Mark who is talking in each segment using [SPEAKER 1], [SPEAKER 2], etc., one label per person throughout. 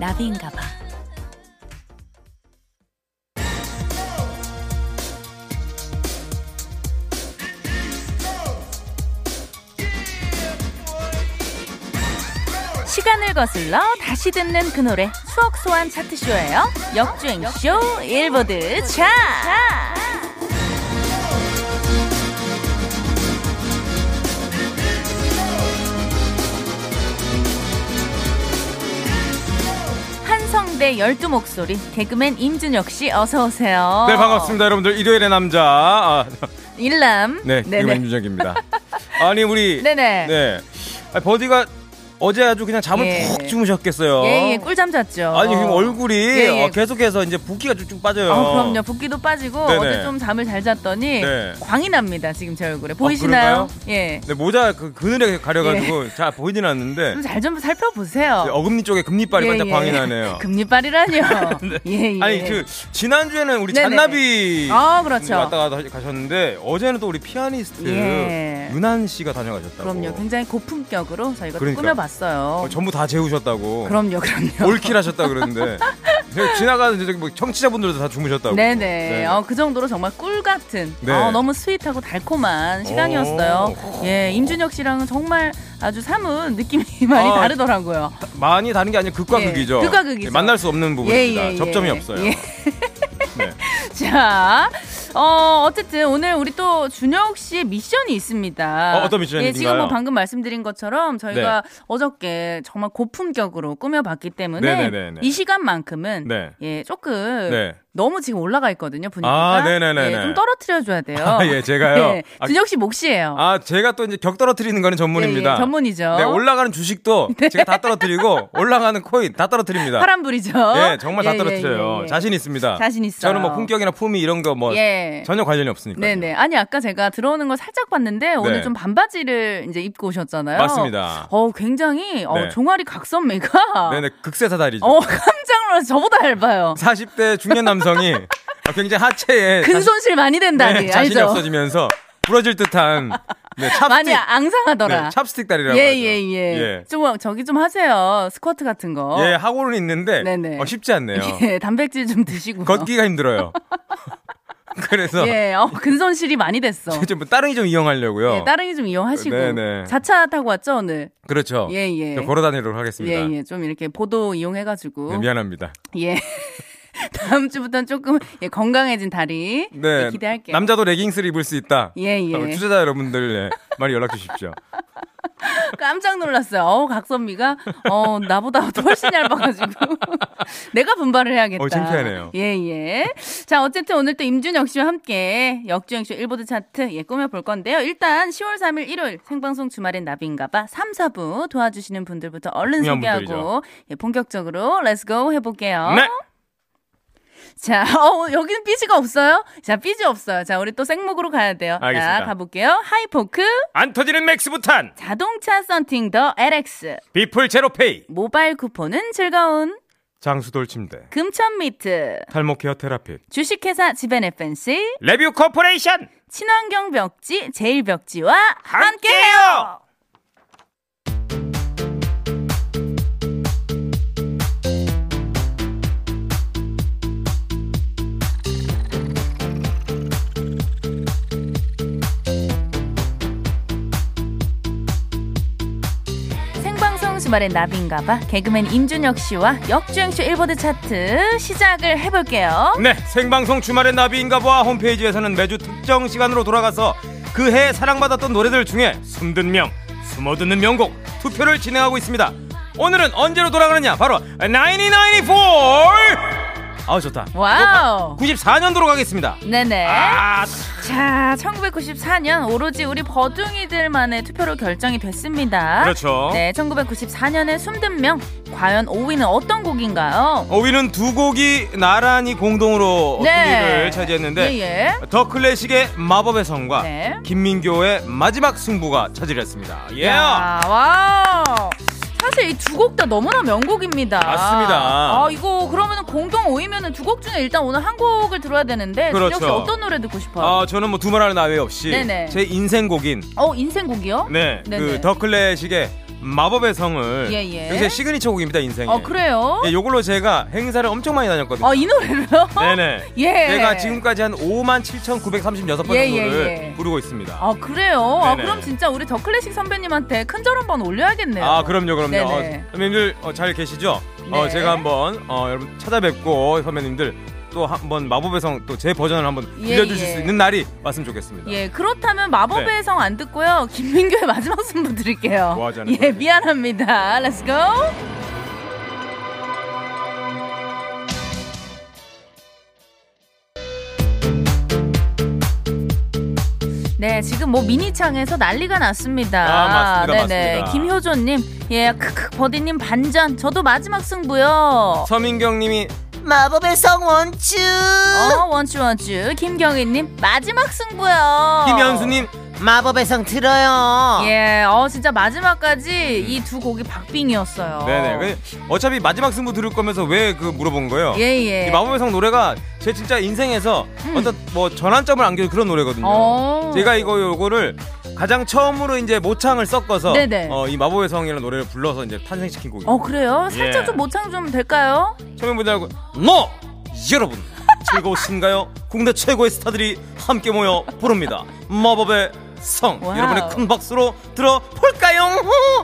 [SPEAKER 1] 나비인가 봐. 시간을 거슬러 다시 듣는 그 노래 추억 소환 차트쇼예요. 역주행 쇼 일보드 차. 한성대 열두 목소리 개그맨 임준혁 씨 어서 오세요.
[SPEAKER 2] 네 반갑습니다 여러분들 일요일의 남자 아,
[SPEAKER 1] 일남.
[SPEAKER 2] 네
[SPEAKER 1] 네네.
[SPEAKER 2] 김윤정입니다 아니 우리
[SPEAKER 1] 네네.
[SPEAKER 2] 네. 아니, 버디가 어제 아주 그냥 잠을
[SPEAKER 1] 예.
[SPEAKER 2] 푹 주무셨겠어요.
[SPEAKER 1] 예, 예, 꿀잠 잤죠.
[SPEAKER 2] 아니 지금 얼굴이
[SPEAKER 1] 예, 예.
[SPEAKER 2] 어, 계속해서 이제 붓기가 쭉쭉 빠져요.
[SPEAKER 1] 아, 그럼요. 붓기도 빠지고
[SPEAKER 2] 어. 네네.
[SPEAKER 1] 어제 좀 잠을 잘 잤더니
[SPEAKER 2] 네. 아,
[SPEAKER 1] 광이 납니다. 지금 제 얼굴에 보이시나요?
[SPEAKER 2] 그런가요?
[SPEAKER 1] 예.
[SPEAKER 2] 네, 모자 그 그늘에 가려가지고 잘 보이진 않는데
[SPEAKER 1] 좀 잘 좀 살펴보세요.
[SPEAKER 2] 이제 어금니 쪽에 금리빨이 반짝 광이 나네요.
[SPEAKER 1] 예, 금리빨이라니요. 예, 예.
[SPEAKER 2] 어. 아니 그 지난 주에는 우리
[SPEAKER 1] 네네.
[SPEAKER 2] 잔나비
[SPEAKER 1] 아, 그렇죠.
[SPEAKER 2] 왔다 갔다 가셨는데 어제는 또 우리 피아니스트
[SPEAKER 1] 예.
[SPEAKER 2] 유난 씨가 다녀가셨다고.
[SPEAKER 1] 그럼요. 굉장히 고품격으로 저희가 또
[SPEAKER 2] 그러니까요.
[SPEAKER 1] 꾸며봤어요.
[SPEAKER 2] 어, 전부 다 재우셨다고.
[SPEAKER 1] 그럼요, 그럼요.
[SPEAKER 2] 올킬 하셨다 그러는데 제가 지나가는 저기 뭐 청취자분들도 다 주무셨다고.
[SPEAKER 1] 네네.
[SPEAKER 2] 네.
[SPEAKER 1] 어, 그 정도로 정말 꿀 같은
[SPEAKER 2] 네.
[SPEAKER 1] 어, 너무 스윗하고 달콤한 시간이었어요.
[SPEAKER 2] 오.
[SPEAKER 1] 예, 임준혁 씨랑은 정말 아주 사뭇 느낌이 많이
[SPEAKER 2] 아,
[SPEAKER 1] 다르더라고요.
[SPEAKER 2] 많이 다른 게 아니라 극과
[SPEAKER 1] 예,
[SPEAKER 2] 극이죠.
[SPEAKER 1] 극과 극이죠.
[SPEAKER 2] 예, 만날 수 없는 부분입니다. 접점이 없어요.
[SPEAKER 1] 예.
[SPEAKER 2] 네.
[SPEAKER 1] 자, 어, 어쨌든 오늘 우리 또 준혁 씨의 미션이 있습니다.
[SPEAKER 2] 어, 어떤 미션인가요? 네.
[SPEAKER 1] 예, 지금 뭐 방금 말씀드린 것처럼 저희가 어저께 정말 고품격으로 꾸며봤기 때문에
[SPEAKER 2] 네네네네.
[SPEAKER 1] 이 시간만큼은
[SPEAKER 2] 네.
[SPEAKER 1] 예, 조금
[SPEAKER 2] 네.
[SPEAKER 1] 너무 지금 올라가 있거든요, 분위기가.
[SPEAKER 2] 아, 네네네네.
[SPEAKER 1] 예, 좀 떨어뜨려줘야 돼요.
[SPEAKER 2] 아, 예, 제가요?
[SPEAKER 1] 예,
[SPEAKER 2] 아,
[SPEAKER 1] 준혁 씨 몫이에요.
[SPEAKER 2] 아 제가 또 이제 격 떨어뜨리는 거는 전문입니다.
[SPEAKER 1] 예, 네. 예, 전문이죠.
[SPEAKER 2] 네, 올라가는 주식도 제가 다 떨어뜨리고 올라가는 코인 다 떨어뜨립니다.
[SPEAKER 1] 파란불이죠.
[SPEAKER 2] 예, 정말 다
[SPEAKER 1] 예,
[SPEAKER 2] 떨어뜨려요.
[SPEAKER 1] 예, 예.
[SPEAKER 2] 자신 있습니다.
[SPEAKER 1] 자신 있어요.
[SPEAKER 2] 저는 뭐 품격이나 품위 이런 거 뭐
[SPEAKER 1] 예.
[SPEAKER 2] 전혀 관련이 없으니까.
[SPEAKER 1] 네네. 아니 아까 제가 들어오는 걸 살짝 봤는데 오늘
[SPEAKER 2] 네.
[SPEAKER 1] 좀 반바지를 이제 입고 오셨잖아요.
[SPEAKER 2] 맞습니다.
[SPEAKER 1] 어 굉장히 어,
[SPEAKER 2] 네.
[SPEAKER 1] 종아리 각선매가
[SPEAKER 2] 네네 극세사 다리죠.
[SPEAKER 1] 어 깜짝 놀라서 저보다 얇아요.
[SPEAKER 2] 40대 중년 남성이 굉장히 하체에 자신-
[SPEAKER 1] 근손실 많이
[SPEAKER 2] 네,
[SPEAKER 1] 된다니
[SPEAKER 2] 자신이
[SPEAKER 1] 알죠?
[SPEAKER 2] 없어지면서 부러질 듯한 네, 찹스틱
[SPEAKER 1] 많이 앙상하더라.
[SPEAKER 2] 네, 찹스틱 다리라고 하죠.
[SPEAKER 1] 예예예.
[SPEAKER 2] 예.
[SPEAKER 1] 좀 저기 좀 하세요. 스쿼트 같은 거.
[SPEAKER 2] 예, 하고는 있는데
[SPEAKER 1] 네네.
[SPEAKER 2] 어, 쉽지 않네요.
[SPEAKER 1] 예, 단백질 좀 드시고.
[SPEAKER 2] 걷기가 힘들어요. 그래서
[SPEAKER 1] 예, 어, 근손실이 많이 됐어.
[SPEAKER 2] 좀 따릉이 좀 이용하려고요.
[SPEAKER 1] 예, 따릉이 좀 이용하시고.
[SPEAKER 2] 어. 네네.
[SPEAKER 1] 자차 타고 왔죠 오늘.
[SPEAKER 2] 그렇죠.
[SPEAKER 1] 예, 예.
[SPEAKER 2] 저 걸어다니도록 하겠습니다.
[SPEAKER 1] 예예. 좀 이렇게 보도 이용해가지고.
[SPEAKER 2] 네, 미안합니다.
[SPEAKER 1] 예. 다음 주부터는 조금 예, 건강해진 다리
[SPEAKER 2] 네,
[SPEAKER 1] 예, 기대할게요.
[SPEAKER 2] 남자도 레깅스를 입을 수 있다.
[SPEAKER 1] 예, 예.
[SPEAKER 2] 어, 투자자 여러분들 예, 많이 연락 주십시오.
[SPEAKER 1] 깜짝 놀랐어요. 어우, 각선미가 어, 나보다 더 훨씬 얇아가지고 내가 분발을 해야겠다.
[SPEAKER 2] 어, 창피하네요.
[SPEAKER 1] 예, 예. 자, 어쨌든 오늘 또 임준혁 씨와 함께 역주행쇼 일보드 차트 예, 꾸며볼 건데요. 일단 10월 3일 일요일 생방송 주말엔 나비인가봐 3, 4부 도와주시는 분들부터 얼른
[SPEAKER 2] 중요한
[SPEAKER 1] 소개하고
[SPEAKER 2] 분들이죠.
[SPEAKER 1] 예, 본격적으로 렛츠고 해볼게요.
[SPEAKER 2] 네.
[SPEAKER 1] 자, 어, 여기는 삐지가 없어요? 자, 삐지 없어요. 자, 우리 또 생목으로 가야 돼요. 자,
[SPEAKER 2] 알겠습니다.
[SPEAKER 1] 가볼게요. 하이포크,
[SPEAKER 2] 안 터지는 맥스부탄
[SPEAKER 1] 자동차 썬팅 더 LX,
[SPEAKER 2] 비풀 제로페이
[SPEAKER 1] 모바일 쿠폰은 즐거운,
[SPEAKER 2] 장수돌 침대
[SPEAKER 1] 금천 미트,
[SPEAKER 2] 탈모 케어 테라핏
[SPEAKER 1] 주식회사 지벤 FNC,
[SPEAKER 2] 레뷰 코퍼레이션
[SPEAKER 1] 친환경 벽지, 제일 벽지와 함께해요!
[SPEAKER 2] 함께해요!
[SPEAKER 1] 생방송 주말엔 나비인가봐 개그맨 임준혁 씨와 역주행쇼 일보드 차트 시작을 해볼게요.
[SPEAKER 2] 네, 생방송 주말의 나비인가봐 홈페이지에서는 매주 특정 시간으로 돌아가서 그 해 사랑받았던 노래들 중에 숨든 명, 숨어드는 명곡 투표를 진행하고 있습니다. 오늘은 언제로 돌아가느냐? 바로 1994. 아우 좋다.
[SPEAKER 1] 와우.
[SPEAKER 2] 94년도로 가겠습니다.
[SPEAKER 1] 네네.
[SPEAKER 2] 아,
[SPEAKER 1] 자, 1994년 오로지 우리 버둥이들만의 투표로 결정이 됐습니다.
[SPEAKER 2] 그렇죠.
[SPEAKER 1] 네, 1994년의 숨든 명 과연 5위는 어떤 곡인가요?
[SPEAKER 2] 어, 위는 두 곡이 나란히 공동으로
[SPEAKER 1] 네.
[SPEAKER 2] 순위를 차지했는데 아,
[SPEAKER 1] 예, 예.
[SPEAKER 2] 더 클래식의 마법의 성과
[SPEAKER 1] 네.
[SPEAKER 2] 김민교의 마지막 승부가 차지했습니다. 예.
[SPEAKER 1] 야, 와우. 사실 이 두 곡 다 너무나 명곡입니다.
[SPEAKER 2] 맞습니다.
[SPEAKER 1] 아, 이거 그러면은 공동 5위면은 두 곡 중에 일단 오늘 한 곡을 들어야 되는데
[SPEAKER 2] 그렇죠.
[SPEAKER 1] 준혁 씨 어떤 노래 듣고 싶어요?
[SPEAKER 2] 아, 저는 뭐 두말하는 나위 없이
[SPEAKER 1] 네네.
[SPEAKER 2] 제 인생곡인
[SPEAKER 1] 어, 인생곡이요?
[SPEAKER 2] 네,
[SPEAKER 1] 네네.
[SPEAKER 2] 그 더클래식의 마법의 성을
[SPEAKER 1] 예, 예.
[SPEAKER 2] 요새 시그니처 곡입니다 인생에.
[SPEAKER 1] 어 그래요?
[SPEAKER 2] 예, 요걸로 제가 행사를 엄청 많이 다녔거든요.
[SPEAKER 1] 아 이 노래로요?
[SPEAKER 2] 네네.
[SPEAKER 1] 예.
[SPEAKER 2] 제가 지금까지 한 5만 7,936번
[SPEAKER 1] 예, 예,
[SPEAKER 2] 정도를
[SPEAKER 1] 예.
[SPEAKER 2] 부르고 있습니다.
[SPEAKER 1] 아 그래요? 아
[SPEAKER 2] 네네.
[SPEAKER 1] 그럼 진짜 우리 더 클래식 선배님한테 큰절 한번 올려야겠네요.
[SPEAKER 2] 아 그럼요 그럼요 어,
[SPEAKER 1] 네네.
[SPEAKER 2] 선배님들 어, 잘 계시죠? 어,
[SPEAKER 1] 네.
[SPEAKER 2] 제가 한번 어, 여러분 찾아뵙고 선배님들 또 한번 마법의 성 또 제 버전을 한번
[SPEAKER 1] 예,
[SPEAKER 2] 들려주실
[SPEAKER 1] 예.
[SPEAKER 2] 수 있는 날이 왔으면 좋겠습니다
[SPEAKER 1] 예, 그렇다면 마법의
[SPEAKER 2] 네.
[SPEAKER 1] 성 안 듣고요. 김민규의 마지막 승부 드릴게요.
[SPEAKER 2] 뭐 하자는
[SPEAKER 1] 예,
[SPEAKER 2] 거예요?
[SPEAKER 1] 미안합니다. Let's go. 네, 지금 뭐 미니창에서 난리가 났습니다.
[SPEAKER 2] 아, 맞습니다, 맞습니다.
[SPEAKER 1] 김효조님, 예, 크크 버디님 반전. 저도 마지막 승부요.
[SPEAKER 2] 서민경님이
[SPEAKER 3] 마법의 성원추
[SPEAKER 1] 어, 원추 원추. 김경희님 마지막 승부요.
[SPEAKER 2] 김현수님
[SPEAKER 3] 마법의 성 들어요
[SPEAKER 1] 예,
[SPEAKER 2] 아.
[SPEAKER 1] 어 진짜 마지막까지 이 두 곡이 박빙이었어요.
[SPEAKER 2] 네네 그, 왜- 어차피 마지막 승부 들을 거면서 왜 그 물어본 거예요?
[SPEAKER 1] 예예. 음.
[SPEAKER 2] 이 마법의 성 노래가 제 진짜 인생에서 어떤 뭐 전환점을 안겨준 그런 노래거든요
[SPEAKER 1] 어.
[SPEAKER 2] 제가 이거 요거를 가장 처음으로 이제 모창을 섞어서
[SPEAKER 1] 네네.
[SPEAKER 2] 어, 이 마법의 성이라는 노래를 불러서 이제 탄생시킨 곡이에요
[SPEAKER 1] 어 그래요? 살짝
[SPEAKER 2] 예.
[SPEAKER 1] 좀 모창 좀 될까요?
[SPEAKER 2] 처음에 보지 말고 너 여러분 즐거우신가요? 국내 최고의 스타들이 함께 모여 부릅니다. 마법의 성
[SPEAKER 1] 와우.
[SPEAKER 2] 여러분의 큰 박수로 들어볼까요?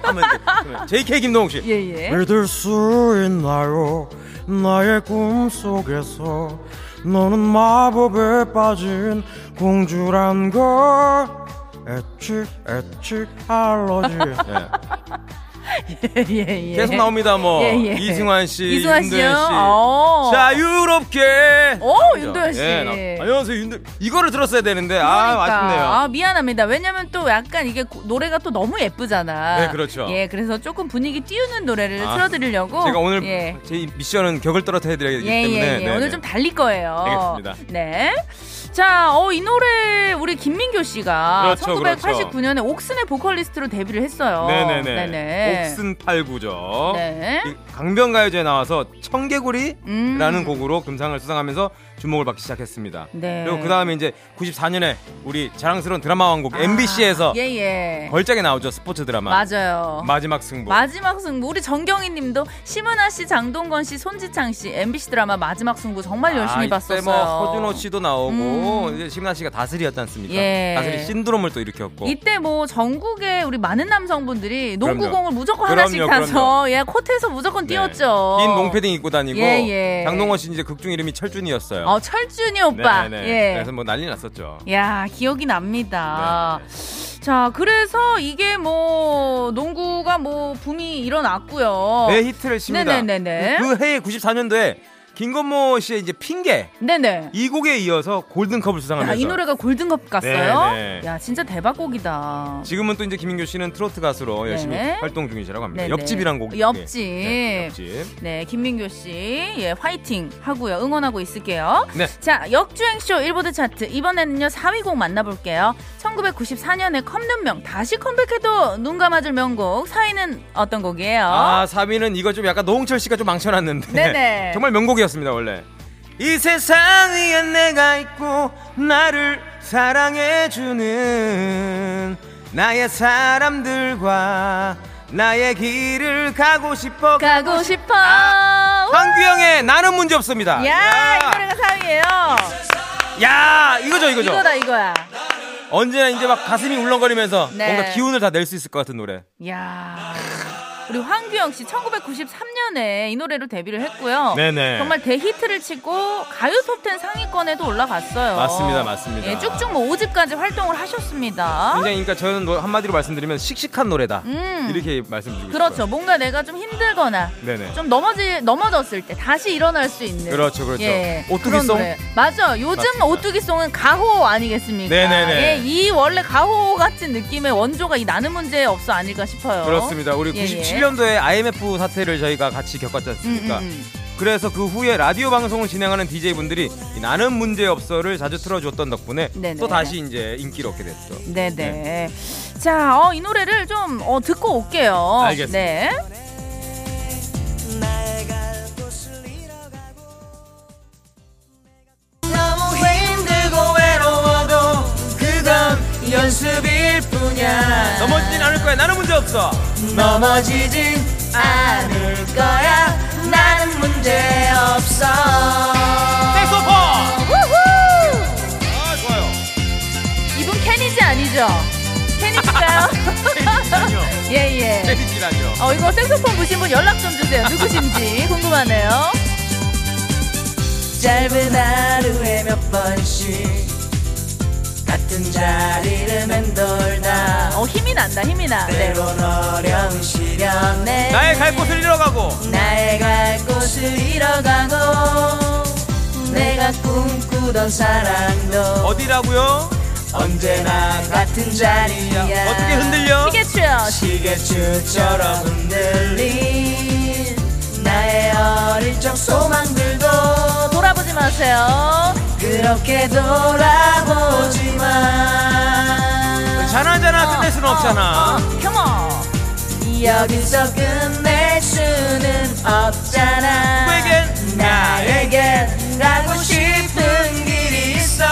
[SPEAKER 2] 하면 돼. 그러면 JK 김동욱 씨.
[SPEAKER 1] 예예.
[SPEAKER 4] 믿을 수 있나요 나의 꿈속에서 너는 마법에 빠진 공주란 걸 에취 에취 알러지
[SPEAKER 2] 예.
[SPEAKER 1] 예예.
[SPEAKER 2] 계속 나옵니다. 뭐
[SPEAKER 1] 예, 예.
[SPEAKER 2] 이승환 씨,
[SPEAKER 1] 이승환
[SPEAKER 2] 윤도현
[SPEAKER 1] 씨요?
[SPEAKER 2] 씨.
[SPEAKER 1] 어.
[SPEAKER 2] 자유롭게.
[SPEAKER 1] 오, 윤도현 씨.
[SPEAKER 2] 예, 나- 안녕하세요 윤도. 이거를 들었어야 되는데 아
[SPEAKER 1] 그러니까.
[SPEAKER 2] 아쉽네요.
[SPEAKER 1] 아, 미안합니다. 왜냐면 또 약간 이게 고- 노래가 또 너무 예쁘잖아.
[SPEAKER 2] 네, 그렇죠.
[SPEAKER 1] 예, 그래서 조금 분위기 띄우는 노래를
[SPEAKER 2] 아,
[SPEAKER 1] 틀어드리려고.
[SPEAKER 2] 제가 오늘
[SPEAKER 1] 예.
[SPEAKER 2] 제 미션은 격을 떨어뜨려야 되기
[SPEAKER 1] 예,
[SPEAKER 2] 때문에
[SPEAKER 1] 예, 예.
[SPEAKER 2] 네,
[SPEAKER 1] 오늘
[SPEAKER 2] 네.
[SPEAKER 1] 좀 달릴 거예요.
[SPEAKER 2] 알겠습니다.
[SPEAKER 1] 네. 자, 어, 이 노래 우리 김민교 씨가
[SPEAKER 2] 그렇죠,
[SPEAKER 1] 1989년에 옥슨의 보컬리스트로 데뷔를 했어요.
[SPEAKER 2] 네네네.
[SPEAKER 1] 네네.
[SPEAKER 2] 옥슨 8구죠.
[SPEAKER 1] 네.
[SPEAKER 2] 강변가요제에 나와서 청개구리라는
[SPEAKER 1] 음.
[SPEAKER 2] 곡으로 금상을 수상하면서 주목을 받기 시작했습니다.
[SPEAKER 1] 네.
[SPEAKER 2] 그리고 그 다음에 이제 94년에 우리 자랑스러운 드라마 왕국 MBC에서
[SPEAKER 1] 아, 예, 예.
[SPEAKER 2] 걸작에 나오죠 스포츠 드라마.
[SPEAKER 1] 맞아요.
[SPEAKER 2] 마지막 뭐. 승부.
[SPEAKER 1] 마지막 승부 우리 정경희 님도 심은아 씨, 장동건 씨, 손지창 씨 MBC 드라마 마지막 승부 정말 열심히
[SPEAKER 2] 아,
[SPEAKER 1] 봤었어요.
[SPEAKER 2] 이때 뭐 허준호 씨도 나오고
[SPEAKER 1] 음.
[SPEAKER 2] 이제 심나 씨가 다스리였지 않습니까?
[SPEAKER 1] 예.
[SPEAKER 2] 다스리 신드롬을 또 일으켰고.
[SPEAKER 1] 이때 뭐 전국에 우리 많은 남성분들이
[SPEAKER 2] 그럼요.
[SPEAKER 1] 농구공을 무조건
[SPEAKER 2] 그럼요,
[SPEAKER 1] 하나씩 사서 예 코트에서 무조건
[SPEAKER 2] 네.
[SPEAKER 1] 뛰었죠.
[SPEAKER 2] 긴 농패딩 입고 다니고
[SPEAKER 1] 예, 예.
[SPEAKER 2] 장동건 씨 이제 극중 이름이 철준이었어요.
[SPEAKER 1] 어 철준이 오빠.
[SPEAKER 2] 네네네.
[SPEAKER 1] 예.
[SPEAKER 2] 그래서 뭐 난리 났었죠.
[SPEAKER 1] 야 기억이 납니다.
[SPEAKER 2] 네,
[SPEAKER 1] 자 그래서 이게 뭐 농구가 뭐 붐이 일어났고요.
[SPEAKER 2] 내 히트를 칩니다.
[SPEAKER 1] 네네네네.
[SPEAKER 2] 그, 그 해에 94년도에 김건모 씨의 이제 핑계
[SPEAKER 1] 네네.
[SPEAKER 2] 이 곡에 이어서 골든컵을
[SPEAKER 1] 야,
[SPEAKER 2] 수상하면서
[SPEAKER 1] 아, 이 노래가 골든컵 갔어요.
[SPEAKER 2] 네네.
[SPEAKER 1] 야 진짜 대박곡이다.
[SPEAKER 2] 지금은 또 이제 김민교 씨는 트로트 가수로 열심히
[SPEAKER 1] 네.
[SPEAKER 2] 활동 중이시라고 합니다.
[SPEAKER 1] 네네.
[SPEAKER 2] 옆집이란 곡이
[SPEAKER 1] 옆집.
[SPEAKER 2] 네, 옆집.
[SPEAKER 1] 네, 김민교 씨, 예, 화이팅 하고요. 응원하고 있을게요.
[SPEAKER 2] 네.
[SPEAKER 1] 자, 역주행쇼 일보드 차트. 이번에는요, 4위 곡 만나볼게요. 1994년에 컴눈명, 다시 컴백해도 눈 감아줄 명곡. 4위는 어떤 곡이에요?
[SPEAKER 2] 아 3위는 이거 좀 약간 노홍철 씨가 좀 망쳐놨는데
[SPEAKER 1] 네네.
[SPEAKER 2] 정말 명곡이었습니다 원래. 이 세상 위에 내가 있고 나를 사랑해주는 나의 사람들과 나의 길을 가고 싶어
[SPEAKER 1] 가고 싶어.
[SPEAKER 2] 아. 황규영의 나는 문제 없습니다.
[SPEAKER 1] 야, 이 노래가 4위예요
[SPEAKER 2] 야, 이거죠, 이거죠.
[SPEAKER 1] 이거다, 이거야.
[SPEAKER 2] 언제나 이제 막 가슴이 울렁거리면서
[SPEAKER 1] 네.
[SPEAKER 2] 뭔가 기운을 다 낼 수 있을 것 같은 노래.
[SPEAKER 1] 야 우리 황규영 씨 1993년에 이 노래로 데뷔를 했고요.
[SPEAKER 2] 네네.
[SPEAKER 1] 정말 대히트를 치고 가요 톱10 상위권에도 올라갔어요.
[SPEAKER 2] 맞습니다, 맞습니다.
[SPEAKER 1] 예, 쭉쭉 뭐 5집까지 활동을 하셨습니다.
[SPEAKER 2] 굉장히 그러니까 저는 노- 한마디로 말씀드리면 씩씩한 노래다.
[SPEAKER 1] 음.
[SPEAKER 2] 이렇게 말씀드리고
[SPEAKER 1] 그렇죠.
[SPEAKER 2] 싶어요.
[SPEAKER 1] 뭔가 내가 좀 힘들거나
[SPEAKER 2] 네네.
[SPEAKER 1] 좀 넘어지 넘어졌을 때 다시 일어날 수 있는
[SPEAKER 2] 그렇죠, 그렇죠.
[SPEAKER 1] 예. 그런
[SPEAKER 2] 오뚜기송?
[SPEAKER 1] 노래. 맞아. 요즘
[SPEAKER 2] 맞습니다.
[SPEAKER 1] 오뚜기송은 가호 아니겠습니까?
[SPEAKER 2] 네네네.
[SPEAKER 1] 예, 이 원래 가호 같은 느낌의 원조가 이 나는 문제 없어 아닐까 싶어요.
[SPEAKER 2] 그렇습니다. 우리
[SPEAKER 1] 예, 예.
[SPEAKER 2] 97년도에 IMF 사태를 저희가 같이 겪었지
[SPEAKER 1] 음,
[SPEAKER 2] 않습니까?
[SPEAKER 1] 음, 음.
[SPEAKER 2] 그래서 그 후에 라디오 방송을 진행하는 DJ분들이 나는 문제 없어를 자주 틀어줬던 덕분에
[SPEAKER 1] 네네.
[SPEAKER 2] 또 다시 이제 인기를 얻게 됐죠.
[SPEAKER 1] 네네. 자, 어, 이 노래를 좀 어, 듣고 올게요.
[SPEAKER 2] 알겠습니다.
[SPEAKER 1] 네.
[SPEAKER 3] 너무 힘들고 외로워도 그건
[SPEAKER 5] 연습일 뿐이야
[SPEAKER 2] 넘어지진 않을 거야. 나는 문제 없어.
[SPEAKER 5] 넘어지진 않을 거야 나는 문제 없어
[SPEAKER 2] 백소퍼. 아 좋아요.
[SPEAKER 1] 이분 캐니지 아니죠? 캐니지가요?
[SPEAKER 2] 아니요.
[SPEAKER 1] 예예.
[SPEAKER 2] 재밌진 않죠.
[SPEAKER 1] 어 이거 색소폰 보신 분 연락 좀 주세요. 누구신지 궁금하네요.
[SPEAKER 5] 짧은 하루에 몇 번씩 같은 자리를 맴돌다
[SPEAKER 1] 어 힘이 난다 힘이 나. 네.
[SPEAKER 5] 때론 어려운 시련에
[SPEAKER 2] 나의 갈 곳을 잃어가고
[SPEAKER 5] 나의 갈 곳을 잃어가고 내가 꿈꾸던 사랑도
[SPEAKER 2] 어디라고요?
[SPEAKER 5] 언제나 같은 자리야
[SPEAKER 2] 어떻게 흔들려?
[SPEAKER 1] 시계추요.
[SPEAKER 5] 시계추처럼 흔들린 나의 어릴 적 소망들도
[SPEAKER 1] 돌아보지 마세요.
[SPEAKER 5] 그렇게 돌아보지만
[SPEAKER 1] 어,
[SPEAKER 2] 자나자나 끝낼 수는
[SPEAKER 5] 어,
[SPEAKER 2] 없잖아.
[SPEAKER 1] 컴온.
[SPEAKER 5] 여기서 끝낼 수는 없잖아
[SPEAKER 2] 누구에겐?
[SPEAKER 5] 나에겐 가고 싶은 길이 있어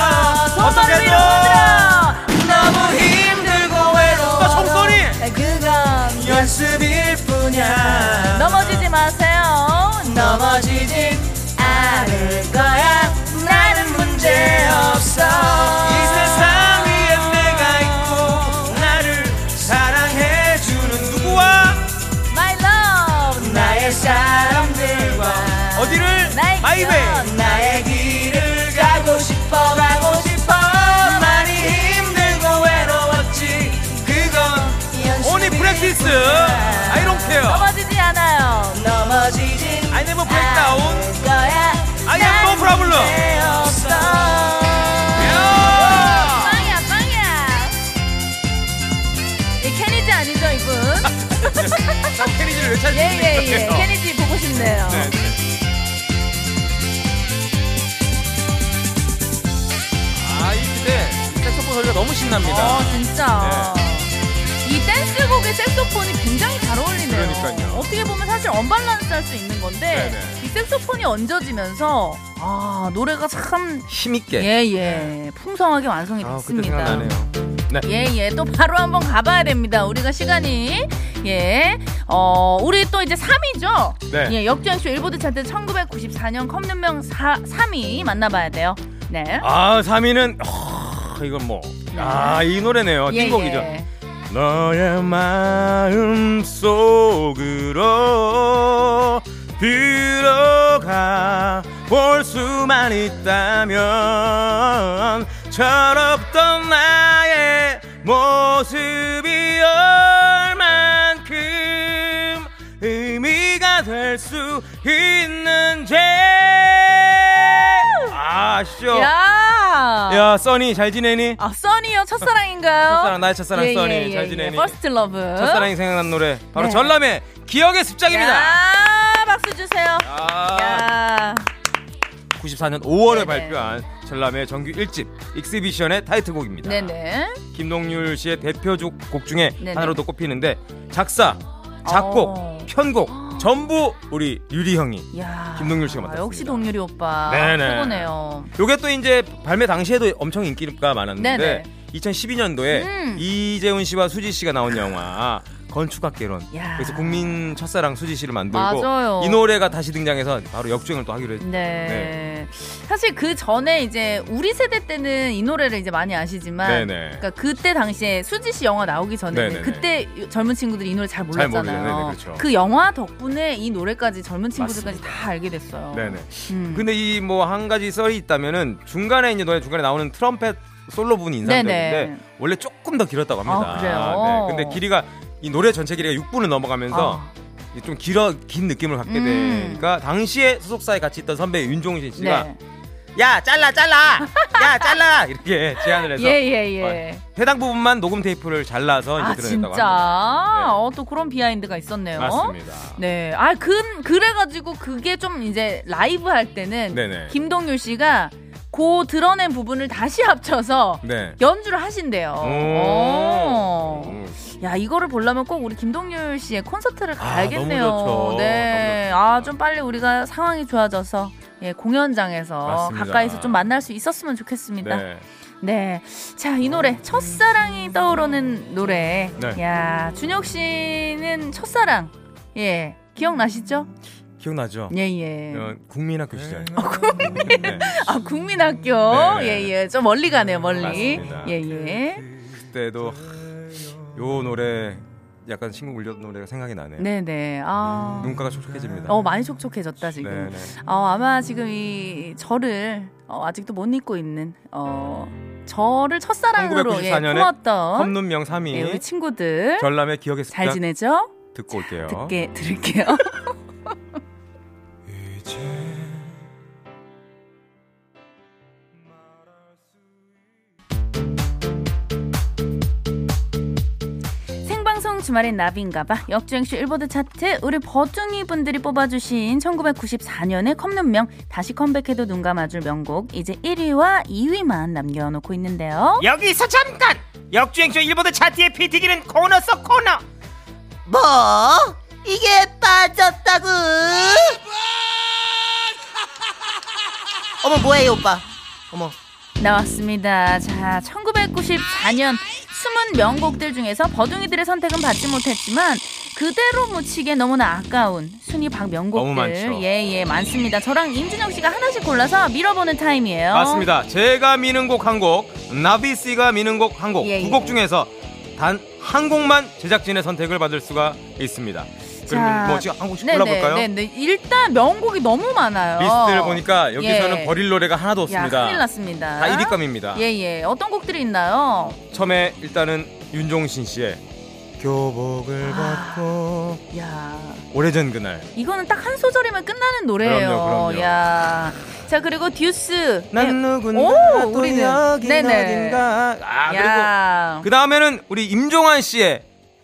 [SPEAKER 1] 손발을
[SPEAKER 2] 어떻게
[SPEAKER 1] 위로
[SPEAKER 2] 해도.
[SPEAKER 1] 흔들어.
[SPEAKER 5] 너무 그 힘들고 외로워
[SPEAKER 2] 나 총소리.
[SPEAKER 5] 그건 연습일 뿐이야
[SPEAKER 1] 넘어지지 마세요.
[SPEAKER 5] 넘어지지 않을 거야 나는 문제 없어 이 세상 위에 내가 있고 나를 사랑해주는
[SPEAKER 2] 누구와
[SPEAKER 1] My love.
[SPEAKER 5] 나의 사람들과
[SPEAKER 2] 어디를
[SPEAKER 1] 나의
[SPEAKER 2] 마이웨이.
[SPEAKER 1] 기억.
[SPEAKER 5] 나의 길을 가고 싶어 가고 싶어 많이 힘들고 외로웠지 그건 연습일
[SPEAKER 2] 오니 프랙티스.
[SPEAKER 5] 뿐이야.
[SPEAKER 2] I don't care.
[SPEAKER 1] 넘어지지 않아요.
[SPEAKER 5] 넘어지지
[SPEAKER 2] I never break down.
[SPEAKER 5] 않을 거야
[SPEAKER 2] I
[SPEAKER 1] 아,
[SPEAKER 2] have no problem.
[SPEAKER 5] 문제 없어
[SPEAKER 2] 야!
[SPEAKER 1] 빵이야 빵이야. 이 캐니지 아니죠 이분?
[SPEAKER 2] 참 캐리지를 왜
[SPEAKER 5] 아,
[SPEAKER 2] 찾지?
[SPEAKER 1] 예예예. 케니지 보고 싶네요.
[SPEAKER 2] 아이 그때 색소폰 소리가 너무 신납니다. 네.
[SPEAKER 1] 어 진짜. 이 댄스곡의 색소폰이 굉장히 잘 어울리네요.
[SPEAKER 2] 그러니까요.
[SPEAKER 1] 어떻게 보면 사실 언밸런스 할 수 있는 건데
[SPEAKER 2] 네네.
[SPEAKER 1] 이 색소폰이 얹어지면서 아 노래가 참
[SPEAKER 2] 힘있게.
[SPEAKER 1] 예예 풍성하게 완성이
[SPEAKER 2] 아 그때
[SPEAKER 1] 됐습니다.
[SPEAKER 2] 생각나네요. 네.
[SPEAKER 1] 예예 또 바로 한번 가봐야 됩니다 우리가 시간이 예. 예어 우리 또 이제 3위죠
[SPEAKER 2] 네.
[SPEAKER 1] 예 역주행쇼 일보드 차트 1994년 컵눈명 4, 3위 만나봐야 돼요 네
[SPEAKER 2] 아 3위는 허, 이건 뭐. 아이 노래네요.
[SPEAKER 1] 예,
[SPEAKER 2] 찐곡이죠.
[SPEAKER 1] 예.
[SPEAKER 2] 너의 마음 속으로 들어가 볼 수만 있다면 철없던 나의 모습이 얼만큼 의미가 될 수 있는지 아쇼
[SPEAKER 1] 야.
[SPEAKER 2] 야 써니 잘 지내니?
[SPEAKER 1] 아 써니요 첫사랑인가요?
[SPEAKER 2] 첫사랑, 나의 첫사랑
[SPEAKER 1] 예,
[SPEAKER 2] 써니. 잘 지내니?
[SPEAKER 1] 퍼스트 러브.
[SPEAKER 2] 첫사랑이 생각난 노래 바로
[SPEAKER 1] 어? 네.
[SPEAKER 2] 전람의 기억의 습작입니다.
[SPEAKER 1] 야, 박수 주세요. 야.
[SPEAKER 2] 94년 5월에
[SPEAKER 1] 네네.
[SPEAKER 2] 발표한 전람의 정규 1집 익스비션의 타이틀곡입니다.
[SPEAKER 1] 네네.
[SPEAKER 2] 김동률 씨의 대표곡 곡 중에
[SPEAKER 1] 네네.
[SPEAKER 2] 하나로도 꼽히는데 작사, 작곡,
[SPEAKER 1] 어.
[SPEAKER 2] 편곡 전부 우리 유리 형이.
[SPEAKER 1] 야.
[SPEAKER 2] 김동률 씨가
[SPEAKER 1] 아,
[SPEAKER 2] 맡았습니다.
[SPEAKER 1] 역시 동률이 오빠.
[SPEAKER 2] 네네.
[SPEAKER 1] 최고네요.
[SPEAKER 2] 요게 또 이제 발매 당시에도 엄청 인기가 많았는데
[SPEAKER 1] 네네.
[SPEAKER 2] 2012년도에
[SPEAKER 1] 음.
[SPEAKER 2] 이재훈 씨와 수지 씨가 나온 영화 건축학개론
[SPEAKER 1] 야.
[SPEAKER 2] 그래서 국민 첫사랑 수지 씨를 만들고
[SPEAKER 1] 맞아요.
[SPEAKER 2] 이 노래가 다시 등장해서 바로 역주행을 또 하기로 했죠.
[SPEAKER 1] 네. 사실 그 전에 이제 우리 세대 때는 이 노래를 이제 많이 아시지만
[SPEAKER 2] 네네.
[SPEAKER 1] 그러니까 그때 당시에 수지 씨 영화 나오기 전에
[SPEAKER 2] 네네네.
[SPEAKER 1] 그때 젊은 친구들이 이 노래 잘
[SPEAKER 2] 잘
[SPEAKER 1] 몰랐잖아요.
[SPEAKER 2] 모르죠. 네네, 그렇죠.
[SPEAKER 1] 영화 덕분에 이 노래까지 젊은 친구들까지 다 알게 됐어요.
[SPEAKER 2] 네네.
[SPEAKER 1] 음.
[SPEAKER 2] 근데 이 뭐 한 가지 썰이 있다면은 중간에 이제 노래 중간에 나오는 트럼펫 솔로 분이
[SPEAKER 1] 네네.
[SPEAKER 2] 인상적인데 원래 조금 더 길었다고 합니다.
[SPEAKER 1] 아, 그래요?
[SPEAKER 2] 네. 근데 길이가 이 노래 전체 길이가 6분을 넘어가면서
[SPEAKER 1] 아.
[SPEAKER 2] 이좀 길어 긴 느낌을 갖게
[SPEAKER 1] 음.
[SPEAKER 2] 되니까 당시에 소속사에 같이 있던 선배 윤종신 씨가
[SPEAKER 1] 네.
[SPEAKER 2] 야 잘라 잘라 야 잘라 이렇게 제안을 해서 어,
[SPEAKER 1] 예예예.
[SPEAKER 2] 해당 부분만 녹음 테이프를 잘라서 이제
[SPEAKER 1] 아
[SPEAKER 2] 드러냈다고
[SPEAKER 1] 진짜.
[SPEAKER 2] 합니다. 네.
[SPEAKER 1] 어 또 그런 비하인드가 있었네요.
[SPEAKER 2] 맞습니다.
[SPEAKER 1] 네. 아, 그, 그래가지고 그게 좀 이제 라이브 할 때는
[SPEAKER 2] 네네.
[SPEAKER 1] 김동률 씨가 그 드러낸 부분을 다시 합쳐서
[SPEAKER 2] 네.
[SPEAKER 1] 연주를 하신대요.
[SPEAKER 2] 오.
[SPEAKER 1] 오.
[SPEAKER 2] 음.
[SPEAKER 1] 야, 이거를 보려면 꼭 우리 김동률 씨의 콘서트를 가야겠네요.
[SPEAKER 2] 아, 너무 좋죠.
[SPEAKER 1] 네.
[SPEAKER 2] 너무 좋죠.
[SPEAKER 1] 아, 좀 빨리 우리가 상황이 좋아져서 예, 공연장에서
[SPEAKER 2] 맞습니다.
[SPEAKER 1] 가까이서 좀 만날 수 있었으면 좋겠습니다.
[SPEAKER 2] 네.
[SPEAKER 1] 네. 자, 이 노래 첫사랑이 떠오르는 노래.
[SPEAKER 2] 네.
[SPEAKER 1] 야, 준혁 씨는 첫사랑. 예. 기억나시죠?
[SPEAKER 2] 어. 기억나죠?
[SPEAKER 1] 예, 예.
[SPEAKER 2] 어, 국민학교 시절. 네.
[SPEAKER 1] 아, 국민학교.
[SPEAKER 2] 네.
[SPEAKER 1] 예, 예. 좀 멀리 가네요, 멀리.
[SPEAKER 2] 맞습니다.
[SPEAKER 1] 예, 예.
[SPEAKER 2] 그때도 하, 요 노래 약간 친구 울렸던 노래가 생각이 나네요.
[SPEAKER 1] 네, 네. 아.
[SPEAKER 2] 눈가가 촉촉해집니다.
[SPEAKER 1] 어, 많이 촉촉해졌다, 지금.
[SPEAKER 2] 네, 네.
[SPEAKER 1] 어, 아마 지금 이 저를 어, 아직도 못 잊고 있는 어, 저를 첫사랑으로 예,
[SPEAKER 2] 1994 년에
[SPEAKER 1] 품었던
[SPEAKER 2] 컵눈명
[SPEAKER 1] 예, 우리
[SPEAKER 2] 3위
[SPEAKER 1] 친구들
[SPEAKER 2] 전람의 기억의 습관
[SPEAKER 1] 잘 지내죠?
[SPEAKER 2] 듣고 올게요.
[SPEAKER 1] 듣게 들을게요. 생방송 주말엔 나비인가봐 역주행쇼 일보드 차트 우리 버둥이 분들이 뽑아주신 1994년의 컵눈명 다시 컴백해도 눈 감아줄 명곡 이제 1위와 2위만 남겨놓고 있는데요
[SPEAKER 5] 여기서 잠깐 역주행쇼 일보드 차트의 피튀기는 코너 속 코너
[SPEAKER 3] 뭐? 이게 빠졌다고? 어머 뭐해요 오빠? 어머
[SPEAKER 1] 나왔습니다. 자, 1994년 숨은 명곡들 중에서 버둥이들의 선택은 받지 못했지만 그대로 묻히기에 너무나 아까운 순위 박
[SPEAKER 2] 너무 많죠.
[SPEAKER 1] 명곡들 예예 많습니다. 저랑 임준혁 씨가 하나씩 골라서 밀어보는 타임이에요.
[SPEAKER 2] 맞습니다. 제가 미는 곡 한 곡, 나비 씨가 미는 곡 한 곡,
[SPEAKER 1] 예,
[SPEAKER 2] 두
[SPEAKER 1] 예.
[SPEAKER 2] 곡 중에서 단 한 곡만 제작진의 선택을 받을 수가 있습니다.
[SPEAKER 1] 자,
[SPEAKER 2] 그러면 뭐 지금 한 곡씩 골라볼까요?
[SPEAKER 1] 네, 네, 일단 명곡이 너무 많아요.
[SPEAKER 2] 리스트를 보니까 여기서는
[SPEAKER 1] 어. 예.
[SPEAKER 2] 버릴 노래가 하나도
[SPEAKER 1] 야,
[SPEAKER 2] 없습니다.
[SPEAKER 1] 큰일 났습니다.
[SPEAKER 2] 다 1위감입니다.
[SPEAKER 1] 예예 어떤 곡들이 있나요?
[SPEAKER 2] 처음에 일단은 윤종신 씨의 교복을
[SPEAKER 1] 아.
[SPEAKER 2] 벗고
[SPEAKER 1] 야
[SPEAKER 2] 오래전 그날
[SPEAKER 1] 이거는 딱 한 소절이면 끝나는 노래예요.
[SPEAKER 2] 그럼요, 그럼요.
[SPEAKER 1] 야. 자 그리고 듀스 예.
[SPEAKER 2] 난 누군가
[SPEAKER 1] 오,
[SPEAKER 2] 또
[SPEAKER 1] 우리는.
[SPEAKER 2] 여긴
[SPEAKER 1] 네네.
[SPEAKER 2] 어딘가 아 그리고
[SPEAKER 1] 야.
[SPEAKER 2] 그 다음에는 우리 임종환 씨의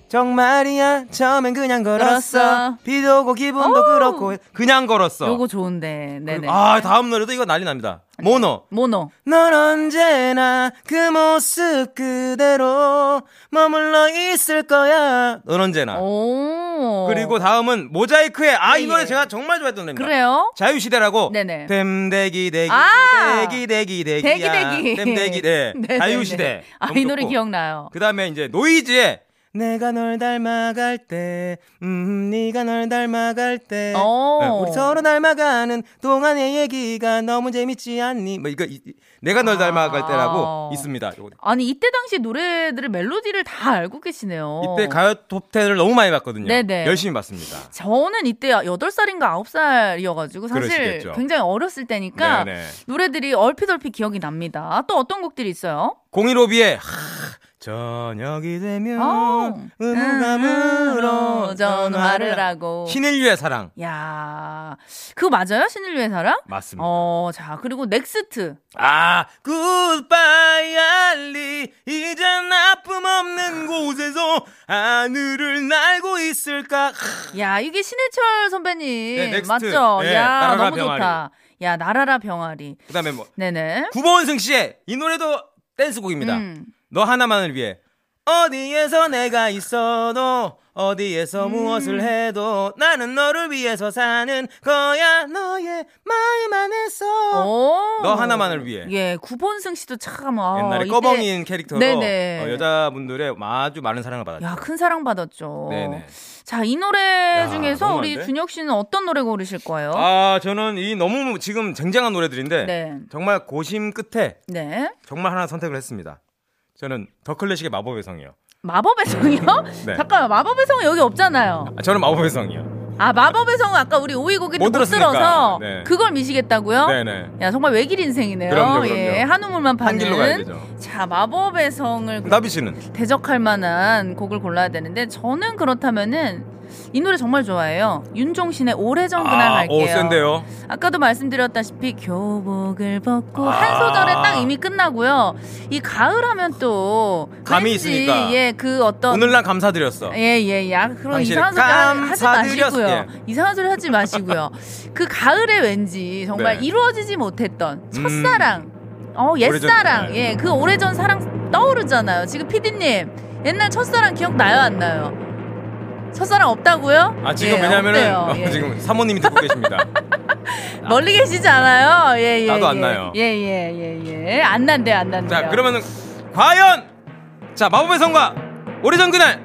[SPEAKER 4] 정말이야 처음엔 그냥
[SPEAKER 1] 걸었어.
[SPEAKER 4] 비도 오고 기분도 그렇고
[SPEAKER 2] 그냥 걸었어
[SPEAKER 1] 요거 좋은데. 네네. 네.
[SPEAKER 2] 아 다음 노래도 이거 난리 납니다 모노
[SPEAKER 1] 모노.
[SPEAKER 4] 넌 언제나 그 모습 그대로 머물러 있을 거야
[SPEAKER 2] 넌 언제나
[SPEAKER 1] 오.
[SPEAKER 2] 아. 그리고 다음은 모자이크의 아 이
[SPEAKER 1] 어. 예,
[SPEAKER 2] 노래
[SPEAKER 1] 예.
[SPEAKER 2] 제가 정말 좋아했던 노래입니다
[SPEAKER 1] 그래요?
[SPEAKER 2] 자유시대라고
[SPEAKER 1] 네네.
[SPEAKER 2] 댐대기 대기
[SPEAKER 1] 아!
[SPEAKER 2] 대기 대기 아,
[SPEAKER 1] 대기
[SPEAKER 2] 대기야
[SPEAKER 1] 대기.
[SPEAKER 2] 댐대기 대
[SPEAKER 1] 네네네.
[SPEAKER 2] 자유시대
[SPEAKER 1] 아,
[SPEAKER 2] 너무
[SPEAKER 1] 이 노래
[SPEAKER 2] 좋고.
[SPEAKER 1] 기억나요.
[SPEAKER 2] 그 다음에 이제 노이즈의
[SPEAKER 4] 내가 널 닮아갈 때, 음, 네가 널 닮아갈 때,
[SPEAKER 1] 오.
[SPEAKER 2] 네,
[SPEAKER 4] 우리 서로 닮아가는 동안의 얘기가 너무 재밌지 않니?
[SPEAKER 2] 뭐 이거 이- 이- 내가 널 닮아갈
[SPEAKER 1] 아.
[SPEAKER 2] 때라고 있습니다. 요거.
[SPEAKER 1] 아니 이때 당시 노래들의 멜로디를 다 알고 계시네요.
[SPEAKER 2] 이때 가요 톱텐을 너무 많이 봤거든요.
[SPEAKER 1] 네네.
[SPEAKER 2] 열심히 봤습니다.
[SPEAKER 1] 저는 이때 8살인가 9살이어가지고 사실
[SPEAKER 2] 그러시겠죠.
[SPEAKER 1] 굉장히 어렸을 때니까
[SPEAKER 2] 네네.
[SPEAKER 1] 노래들이 얼핏얼핏 기억이 납니다. 또 어떤 곡들이 있어요?
[SPEAKER 2] 015B의 저녁이 되면
[SPEAKER 1] 어.
[SPEAKER 2] 음, 음감으로
[SPEAKER 1] 전화를 하고.
[SPEAKER 2] 신인류의 사랑
[SPEAKER 1] 야, 그거 맞아요? 신인류의 사랑?
[SPEAKER 2] 맞습니다.
[SPEAKER 1] 어, 자 그리고 넥스트.
[SPEAKER 2] 아 굿바이 알리 이제 나쁨 없는 곳에서 하늘을 날고 있을까
[SPEAKER 1] 야, 이게 신해철 선배님
[SPEAKER 2] 네, 넥스트.
[SPEAKER 1] 맞죠?
[SPEAKER 2] 네,
[SPEAKER 1] 야,
[SPEAKER 2] 나라라
[SPEAKER 1] 너무
[SPEAKER 2] 병아리.
[SPEAKER 1] 좋다. 야, 나라라 병아리.
[SPEAKER 2] 그다음에 뭐
[SPEAKER 1] 네네.
[SPEAKER 2] 구본승 씨의 이 노래도 댄스곡입니다.
[SPEAKER 1] 음.
[SPEAKER 2] 너 하나만을 위해 어디에서 내가 있어도
[SPEAKER 1] 음.
[SPEAKER 2] 어디에서 무엇을 해도 나는 너를 위해서 사는 거야 너의 마음 안에서
[SPEAKER 1] 오.
[SPEAKER 2] 어, 너 하나만을 위해.
[SPEAKER 1] 어. 예, 구본승 씨도 참 아,
[SPEAKER 2] 옛날에
[SPEAKER 1] 이때-
[SPEAKER 2] 꺼벙이인 캐릭터로
[SPEAKER 1] 네네.
[SPEAKER 2] 어, 여자분들의 아주 많은 사랑을 받았죠.
[SPEAKER 1] 야, 큰 사랑 받았죠.
[SPEAKER 2] 네네.
[SPEAKER 1] 자, 이 노래
[SPEAKER 2] 야,
[SPEAKER 1] 중에서
[SPEAKER 2] 너무
[SPEAKER 1] 우리
[SPEAKER 2] 많은데?
[SPEAKER 1] 준혁 씨는 어떤 노래 고르실 거예요?
[SPEAKER 2] 아 저는 이 너무 지금 쟁쟁한 노래들인데
[SPEAKER 1] 어? 네.
[SPEAKER 2] 정말 고심 끝에
[SPEAKER 1] 네.
[SPEAKER 2] 정말 하나 선택을 했습니다. 저는 더 클래식의 마법의 성이요.
[SPEAKER 1] 마법의 성이요?
[SPEAKER 2] 네.
[SPEAKER 1] 잠깐만, 마법의 성은 여기 없잖아요.
[SPEAKER 2] 아, 저는 마법의 성이요.
[SPEAKER 1] 아, 마법의 성은 아까 우리 오이 고기를
[SPEAKER 2] 못
[SPEAKER 1] 못
[SPEAKER 2] 들었으니까.
[SPEAKER 1] 들어서
[SPEAKER 2] 네.
[SPEAKER 1] 그걸 미시겠다고요?
[SPEAKER 2] 네네.
[SPEAKER 1] 야, 정말 외길 인생이네요.
[SPEAKER 2] 그럼요, 그럼요.
[SPEAKER 1] 예, 한 우물만 파는.
[SPEAKER 2] 길로 가야 되죠.
[SPEAKER 1] 자, 마법의 성을
[SPEAKER 2] 나비 씨는
[SPEAKER 1] 대적할 만한 곡을 골라야 되는데 저는 그렇다면은 이 노래 정말 좋아해요. 윤종신의 오래전 그날 갈게요.
[SPEAKER 2] 아, 오 센데요.
[SPEAKER 1] 아까도 말씀드렸다시피 교복을 벗고
[SPEAKER 2] 아.
[SPEAKER 1] 한 소절에 딱 이미 끝나고요. 이 가을하면 또
[SPEAKER 2] 감이
[SPEAKER 1] 왠지,
[SPEAKER 2] 있으니까.
[SPEAKER 1] 예, 그 어떤
[SPEAKER 2] 오늘 난 감사드렸어.
[SPEAKER 1] 예예 야 그런
[SPEAKER 2] 당신을
[SPEAKER 1] 이상한 소리 하지
[SPEAKER 2] 감사드렸-
[SPEAKER 1] 마시고요.
[SPEAKER 2] 예.
[SPEAKER 1] 이상한 소리 하지 마시고요. 그 가을에 왠지 정말
[SPEAKER 2] 네. 음.
[SPEAKER 1] 이루어지지 못했던 첫사랑, 어 옛사랑,
[SPEAKER 2] 오래전, 네.
[SPEAKER 1] 예그 오래전 사랑 떠오르잖아요. 지금 피디님 옛날 첫사랑 기억나요 안 나요? 첫사랑 없다고요?
[SPEAKER 2] 아 지금
[SPEAKER 1] 예,
[SPEAKER 2] 왜냐면은
[SPEAKER 1] 없대요.
[SPEAKER 2] 어,
[SPEAKER 1] 예.
[SPEAKER 2] 지금 사모님이 듣고 계십니다.
[SPEAKER 1] 멀리 계시지 않아요. 예, 예.
[SPEAKER 2] 나도 안
[SPEAKER 1] 예.
[SPEAKER 2] 나요.
[SPEAKER 1] 예, 예, 예, 예. 안 난대요, 안 난대요.
[SPEAKER 2] 자 그러면은 과연 자 마법의 성과 오래전 그날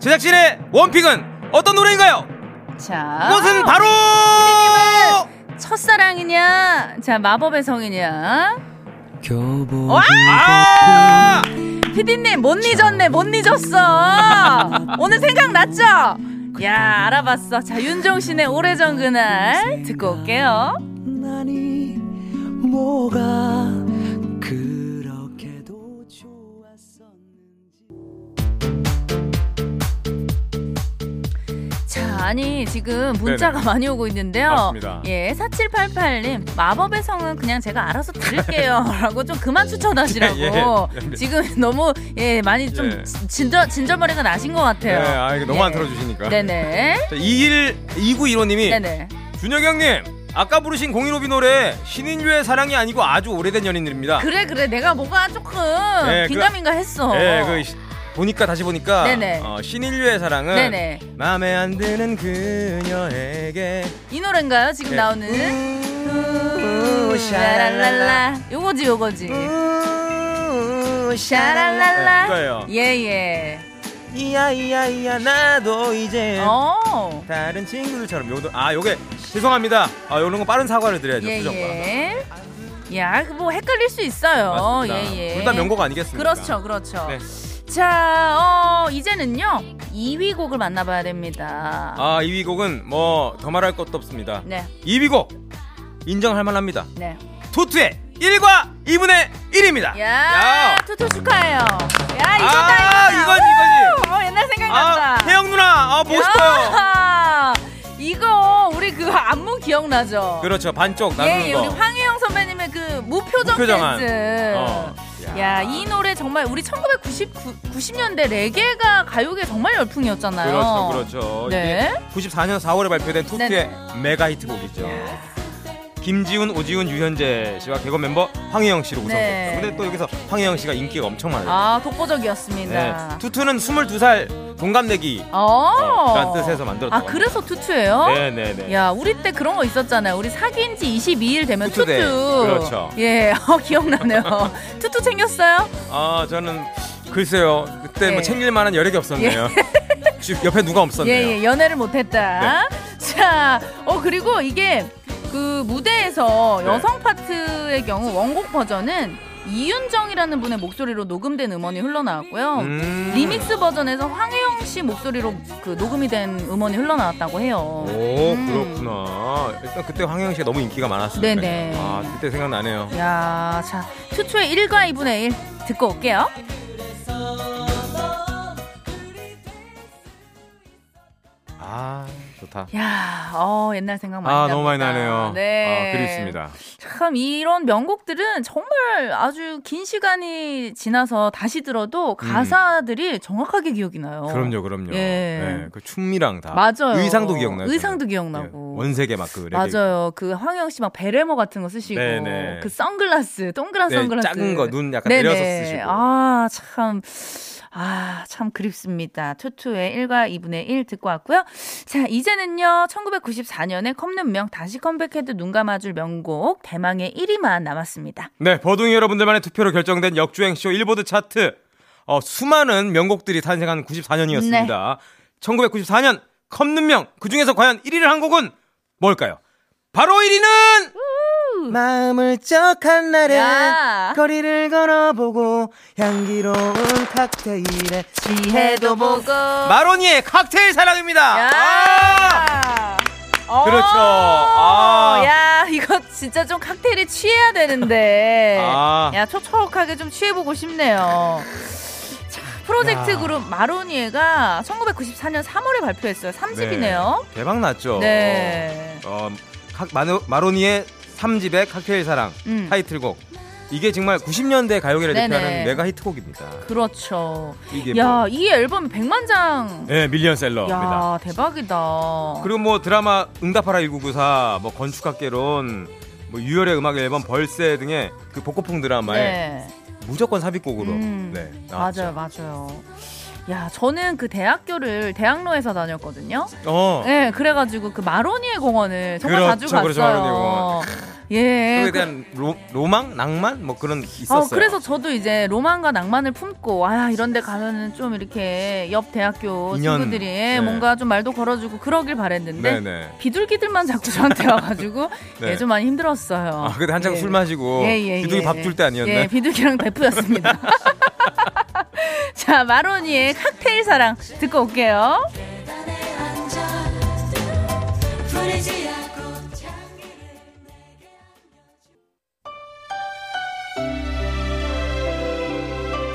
[SPEAKER 2] 제작진의 원픽은 어떤 노래인가요?
[SPEAKER 1] 자.
[SPEAKER 2] 그것은 바로
[SPEAKER 1] 첫사랑이냐? 자, 마법의 성이냐?
[SPEAKER 4] 교복
[SPEAKER 2] 아
[SPEAKER 1] 피디님, 못 잊었네, 못 잊었어. 오늘 생각났죠? 야, 알아봤어. 자, 윤종신의 오래전 그날 듣고 올게요.
[SPEAKER 4] 나니 뭐가 그렇게도 좋았었는지
[SPEAKER 1] 자, 아니, 지금 문자가 많이 오고 있는데요.
[SPEAKER 2] 맞습니다.
[SPEAKER 1] 예, 4788님, 마법의 성은 그냥 제가 알아서 들을게요. 라고 좀 그만 추천하시라고.
[SPEAKER 2] 예, 예.
[SPEAKER 1] 지금 너무, 예, 많이 좀
[SPEAKER 2] 예.
[SPEAKER 1] 진- 진저, 진저머리가 나신 것
[SPEAKER 2] 네,
[SPEAKER 1] 같아요.
[SPEAKER 2] 아 이거 너무 안
[SPEAKER 1] 예.
[SPEAKER 2] 들어주시니까. 예.
[SPEAKER 1] 네네.
[SPEAKER 2] 자, 21 2915님이
[SPEAKER 1] 네네.
[SPEAKER 2] 준혁이 형님 아까 부르신 공인오비 노래 신인류의 사랑이 아니고 아주 오래된 연인들입니다.
[SPEAKER 1] 그래, 그래. 내가 뭐가 조금
[SPEAKER 2] 예, 그-
[SPEAKER 1] 긴가민가 했어.
[SPEAKER 2] 예, 그 시- 보니까 다시 보니까
[SPEAKER 1] 네네.
[SPEAKER 2] 어, 신인류의 사랑은
[SPEAKER 1] 네네.
[SPEAKER 2] 마음에 안 드는 그녀에게
[SPEAKER 1] 이 노래인가요? 지금
[SPEAKER 2] 예.
[SPEAKER 1] 나오는? 우, 샤랄랄라. 요거지, 요거지.
[SPEAKER 2] 네,
[SPEAKER 1] 샤랄랄라.
[SPEAKER 2] 이거예요.
[SPEAKER 1] 예, 예.
[SPEAKER 2] 이야 이야 이야 나도 이제
[SPEAKER 1] 어.
[SPEAKER 2] 다른 친구들처럼 요도 아 요게 죄송합니다. 아 요런 거 빠른 사과를 드려야죠
[SPEAKER 1] 예,
[SPEAKER 2] 수정과.
[SPEAKER 1] 예. 야, 그뭐 헷갈릴 수 있어요.
[SPEAKER 2] 맞습니다.
[SPEAKER 1] 예, 예.
[SPEAKER 2] 둘 다 명곡 아니겠습니까?
[SPEAKER 1] 그렇죠, 그렇죠.
[SPEAKER 2] 네.
[SPEAKER 1] 자, 어, 이제는요, 2위 곡을 만나봐야 됩니다.
[SPEAKER 2] 아 2위 곡은 뭐 더 말할 것도 없습니다.
[SPEAKER 1] 네,
[SPEAKER 2] 2위 곡 인정할 만합니다.
[SPEAKER 1] 네.
[SPEAKER 2] 투투의 1과 2분의 1입니다.
[SPEAKER 1] 야, 투투 축하해요. 야, 이거다,
[SPEAKER 2] 아,
[SPEAKER 1] 이거다.
[SPEAKER 2] 이거지, 이거지.
[SPEAKER 1] 우! 어, 옛날 생각난다.
[SPEAKER 2] 아 태영 누나 아 보고 싶어요.
[SPEAKER 1] 야, 이거 우리 그 안무 기억나죠?
[SPEAKER 2] 그렇죠 반쪽 나누는
[SPEAKER 1] 예, 예,
[SPEAKER 2] 거.
[SPEAKER 1] 우리 황혜영 선배님의 그 무표정,
[SPEAKER 2] 무표정한.
[SPEAKER 1] 댄스.
[SPEAKER 2] 어. 야.
[SPEAKER 1] 야, 이 노래 정말 우리 1990년대 레게가 가요계 정말 열풍이었잖아요.
[SPEAKER 2] 그렇죠, 그렇죠.
[SPEAKER 1] 네.
[SPEAKER 2] 이게 94년 4월에 발표된 투투의
[SPEAKER 1] 네네.
[SPEAKER 2] 메가 히트곡이죠. 김지훈, 오지훈, 유현재 씨와 개그 멤버 황혜영 씨로 구성됐죠.
[SPEAKER 1] 네.
[SPEAKER 2] 근데 또 여기서 황혜영 씨가 인기가 엄청 많아요.
[SPEAKER 1] 아,
[SPEAKER 2] 네.
[SPEAKER 1] 독보적이었습니다.
[SPEAKER 2] 투투는 22살 동갑내기
[SPEAKER 1] 어.
[SPEAKER 2] 어, 라는 뜻에서 만들었다고
[SPEAKER 1] 아, 그래서 투투예요?
[SPEAKER 2] 네, 네, 네.
[SPEAKER 1] 야, 우리 때 그런 거 있었잖아요. 우리 사귄 지 22일 되면 투투.
[SPEAKER 2] 투투대. 그렇죠.
[SPEAKER 1] 예, 어, 기억나네요. 투투 챙겼어요?
[SPEAKER 2] 아, 저는 글쎄요. 그때
[SPEAKER 1] 예.
[SPEAKER 2] 뭐 챙길 만한 여력이 없었네요. 집 옆에 누가 없었네요. 네.
[SPEAKER 1] 예, 예, 연애를 못했다. 자, 어, 그리고 이게 그 무대에서
[SPEAKER 2] 네.
[SPEAKER 1] 여성 파트의 경우 원곡 버전은 이윤정이라는 분의 목소리로 녹음된 음원이 흘러나왔고요.
[SPEAKER 2] 음.
[SPEAKER 1] 리믹스 버전에서 황혜영 씨 목소리로 그 녹음이 된 음원이 흘러나왔다고 해요.
[SPEAKER 2] 오,
[SPEAKER 1] 음.
[SPEAKER 2] 그렇구나. 일단 그때 황혜영 씨가 너무 인기가 많았어요.
[SPEAKER 1] 네네.
[SPEAKER 2] 아, 그때 생각나네요.
[SPEAKER 1] 야, 자, 투초의 1과 2분의 1 듣고 올게요.
[SPEAKER 2] 아, 좋다.
[SPEAKER 1] 야, 어, 옛날 생각 많이
[SPEAKER 2] 아
[SPEAKER 1] 납니다.
[SPEAKER 2] 너무 많이 나네요.
[SPEAKER 1] 네.
[SPEAKER 2] 아, 그립습니다.
[SPEAKER 1] 참 이런 명곡들은 정말 아주 긴 시간이 지나서 다시 들어도 가사들이 정확하게 기억이 나요.
[SPEAKER 2] 음. 그럼요, 그럼요.
[SPEAKER 1] 예.
[SPEAKER 2] 네, 그 춤이랑 다.
[SPEAKER 1] 맞아요.
[SPEAKER 2] 의상도 기억나요.
[SPEAKER 1] 의상도
[SPEAKER 2] 저는.
[SPEAKER 1] 기억나고.
[SPEAKER 2] 예, 원색의 막그
[SPEAKER 1] 맞아요. 그 황영 씨 막 베레모 같은 거 쓰시고
[SPEAKER 2] 네네.
[SPEAKER 1] 그 선글라스, 동그란
[SPEAKER 2] 네,
[SPEAKER 1] 선글라스. 네,
[SPEAKER 2] 작은 거 눈 약간 내려서 쓰시고.
[SPEAKER 1] 아, 참. 아, 참 그립습니다. 투투의 1과 2분의 1 듣고 왔고요. 자, 이제는요. 1994년에 컵눈명 다시 컴백해도 눈 감아줄 명곡 대망의 1위만 남았습니다.
[SPEAKER 2] 네, 버둥이 여러분들만의 투표로 결정된 역주행 쇼 일보드 차트. 어, 수많은 명곡들이 탄생한 94년이었습니다.
[SPEAKER 1] 네.
[SPEAKER 2] 1994년 컵눈명 그 중에서 과연 1위를 한 곡은 뭘까요? 바로 1위는
[SPEAKER 4] 마음을 쩍한 날에
[SPEAKER 1] 야.
[SPEAKER 4] 거리를 걸어보고 향기로운 칵테일에
[SPEAKER 1] 지혜도 보고.
[SPEAKER 2] 마로니의 칵테일 사랑입니다. 아!
[SPEAKER 1] 야! 어.
[SPEAKER 2] 그렇죠. 아.
[SPEAKER 1] 야, 이거 진짜 좀 칵테일에 취해야 되는데.
[SPEAKER 2] 아.
[SPEAKER 1] 야, 촉촉하게 좀 취해보고 싶네요. 자, 프로젝트
[SPEAKER 2] 야.
[SPEAKER 1] 그룹 마로니에가 1994년 3월에 발표했어요. 30이네요.
[SPEAKER 2] 네, 대박 났죠.
[SPEAKER 1] 네.
[SPEAKER 2] 어, 각 마노, 마로니의 3집의 칵테일 사랑
[SPEAKER 1] 음.
[SPEAKER 2] 타이틀곡 이게 정말 90년대 가요계를
[SPEAKER 1] 네네.
[SPEAKER 2] 대표하는 메가 히트곡입니다.
[SPEAKER 1] 그렇죠.
[SPEAKER 2] 이게
[SPEAKER 1] 야,
[SPEAKER 2] 뭐,
[SPEAKER 1] 이 앨범이 100만 장.
[SPEAKER 2] 네, 밀리언셀러입니다.
[SPEAKER 1] 야, 대박이다.
[SPEAKER 2] 그리고 뭐 드라마 응답하라 1994, 뭐 건축학개론, 뭐 유열의 음악 앨범 벌새 등의 그 복고풍 드라마에
[SPEAKER 1] 네. 음,
[SPEAKER 2] 무조건 삽입곡으로 네, 나왔죠.
[SPEAKER 1] 맞아요, 맞아요. 야, 저는 그 대학교를 대학로에서 다녔거든요.
[SPEAKER 2] 어.
[SPEAKER 1] 예, 그래가지고 그 마로니에 공원을 정말 자주
[SPEAKER 2] 그렇죠,
[SPEAKER 1] 갔어요.
[SPEAKER 2] 그렇죠, 마로니에 공원.
[SPEAKER 1] 예.
[SPEAKER 2] 그거에 대한 로, 로망, 낭만 뭐 그런 게
[SPEAKER 1] 아,
[SPEAKER 2] 있었어요.
[SPEAKER 1] 그래서 저도 이제 로망과 낭만을 품고 아 이런데 가면은 좀 이렇게 옆 대학교
[SPEAKER 2] 인연.
[SPEAKER 1] 친구들이 예,
[SPEAKER 2] 네.
[SPEAKER 1] 뭔가 좀 말도 걸어주고 그러길 바랬는데
[SPEAKER 2] 네네.
[SPEAKER 1] 비둘기들만 자꾸 저한테 와가지고
[SPEAKER 2] 네.
[SPEAKER 1] 예, 좀 많이 힘들었어요.
[SPEAKER 2] 아, 그때 한창
[SPEAKER 1] 예.
[SPEAKER 2] 술 마시고
[SPEAKER 1] 예, 예,
[SPEAKER 2] 비둘기
[SPEAKER 1] 예.
[SPEAKER 2] 밥 줄 때 아니었나요?
[SPEAKER 1] 예, 비둘기랑 베프였습니다. 자, 마로니의 칵테일 사랑 듣고 올게요.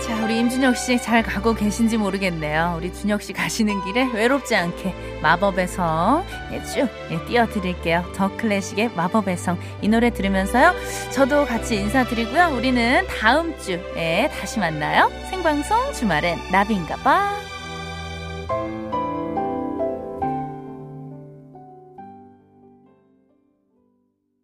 [SPEAKER 1] 자, 우리 임준혁 씨 잘 가고 계신지 모르겠네요. 우리 준혁 씨 가시는 길에 외롭지 않게 마법의 성 예, 쭉 예, 띄워드릴게요. 더 클래식의 마법의 성 이 노래 들으면서요. 저도 같이 인사드리고요. 우리는 다음 주에 다시 만나요. 생방송 주말엔 나비인가 봐.